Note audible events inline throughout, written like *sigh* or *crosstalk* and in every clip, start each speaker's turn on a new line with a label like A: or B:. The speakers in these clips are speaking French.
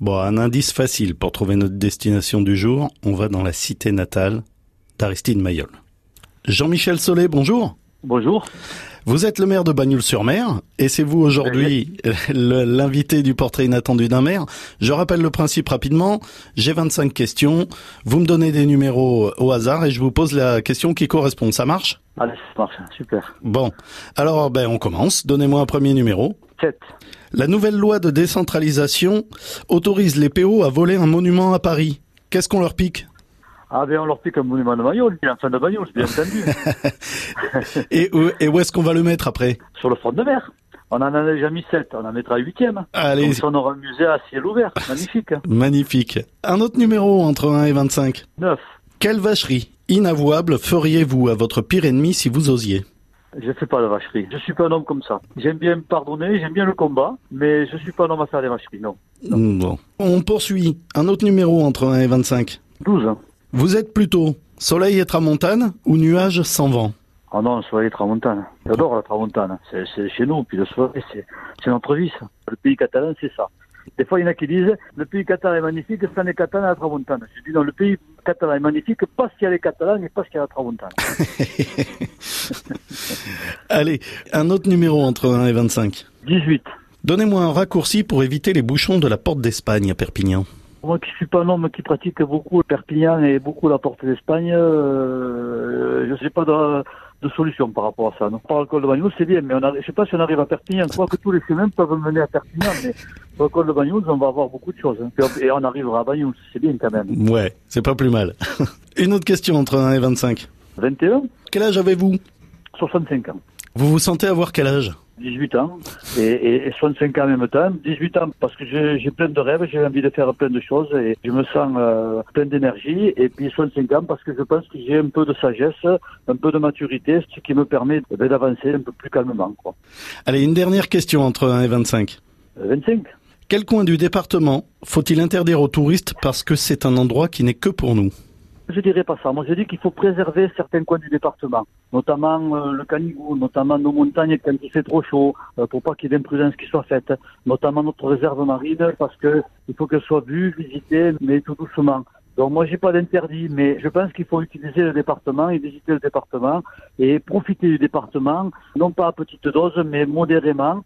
A: Bon, un indice facile pour trouver notre destination du jour, on va dans la cité natale d'Aristide Mayol. Jean-Michel Solé, bonjour.
B: Bonjour.
A: Vous êtes le maire de Bagnoul-sur-Mer et c'est vous aujourd'hui *laughs* le- l'invité du portrait inattendu d'un maire. Je rappelle le principe rapidement. J'ai 25 questions. Vous me donnez des numéros au hasard et je vous pose la question qui correspond. Ça marche
B: Allez, ça marche, super.
A: Bon. Alors, ben, on commence. Donnez-moi un premier numéro.
B: 7.
A: La nouvelle loi de décentralisation autorise les PO à voler un monument à Paris. Qu'est-ce qu'on leur pique
B: Ah ben on leur pique un monument de Mayol, l'enfant de Mayol, bien entendu,
A: et, où- et où est-ce qu'on va le mettre après
B: sur le front de mer. On en a déjà mis 7, on en mettra 8e.
A: Allez,
B: Comme ça, on aura un musée à ciel ouvert, magnifique. hein.
A: magnifique. Un autre numéro entre 1 et 25.
B: 9.
A: Quelle vacherie inavouable feriez-vous à votre pire ennemi si vous osiez
B: Je fais pas la vacherie, je suis pas un homme comme ça. J'aime bien pardonner, j'aime bien le combat, mais je suis pas un homme à faire des vacheries, non.
A: Bon. On poursuit. Un autre numéro entre 1 et 25.
B: 12. hein.
A: Vous êtes plutôt soleil et tramontane ou nuage sans vent
B: Ah non, le soleil tramontane. J'adore la tramontane. C'est, c'est chez nous, puis le soleil, c'est, c'est notre vie, ça. Le pays catalan, c'est ça. Des fois, il y en a qui disent, le pays catalan est magnifique sans les catalans à la tramontane. Je dis, non, le pays catalan est magnifique parce qu'il y a les catalans et parce qu'il y a la tramontane.
A: Allez, un autre numéro entre 1 et 25.
B: 18.
A: Donnez-moi un raccourci pour éviter les bouchons de la porte d'Espagne à Perpignan.
B: Moi qui suis pas un homme qui pratique beaucoup Perpignan et beaucoup la porte d'Espagne, euh, je sais pas de, de solution par rapport à ça. Non. Par le col de Bagnoul, c'est bien, mais on a, je sais pas si on arrive à Perpignan. Je crois que tous les chemins peuvent mener à Perpignan, mais par le col de Bagnoul, on va avoir beaucoup de choses. hein. Puis on- Et on arrivera à Bagnoul, c'est bien quand même.
A: Ouais, c'est pas plus mal. *laughs* Une autre question entre 1 et 25.
B: 21,
A: Quel âge avez-vous
B: 65 ans.
A: Vous vous sentez avoir quel âge
B: 18 ans et, et, et 65 ans en même temps. 18 ans parce que j'ai j'ai plein de rêves, j'ai envie de faire plein de choses et je me sens euh, plein d'énergie. Et puis 65 ans parce que je pense que j'ai un peu de sagesse, un peu de maturité, ce qui me permet eh ben, d'avancer un peu plus calmement. Quoi.
A: Allez, une dernière question entre 1 et 25.
B: Euh, 25
A: Quel coin du département faut-il interdire aux touristes parce que c'est un endroit qui n'est que pour nous
B: Je dirais pas ça. Moi, je dis qu'il faut préserver certains coins du département, notamment euh, le Canigou, notamment nos montagnes quand il fait trop chaud, euh, pour pas qu'il y ait d'intrusions qui soient faites, notamment notre réserve marine, parce que il faut qu'elle soit vue, visitée, mais tout doucement. Donc moi, j'ai pas d'interdit, mais je pense qu'il faut utiliser le département et visiter le département et profiter du département, non pas à petite dose, mais modérément,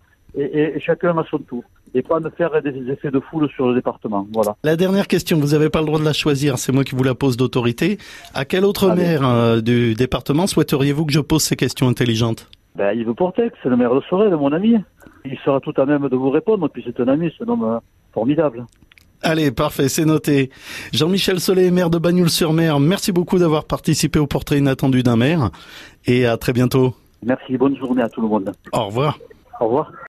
B: et, et- et chacun à son tour, et pas de faire des effets de foule sur le département. Voilà.
A: La dernière question, vous n'avez pas le droit de la choisir, c'est moi qui vous la pose d'autorité. À quel autre
B: Allez.
A: maire euh, du département souhaiteriez-vous que je pose ces questions intelligentes
B: Ben, Yves Portex, c'est le maire de Sorel, mon ami. Il sera tout à même de vous répondre, puis c'est un ami, c'est un homme euh, formidable.
A: Allez, parfait, c'est noté. Jean-Michel Solé, maire de Bagnoul-sur-Mer, merci beaucoup d'avoir participé au portrait inattendu d'un maire et à très bientôt.
B: Merci, bonne journée à tout le monde.
A: Au revoir.
B: Au revoir.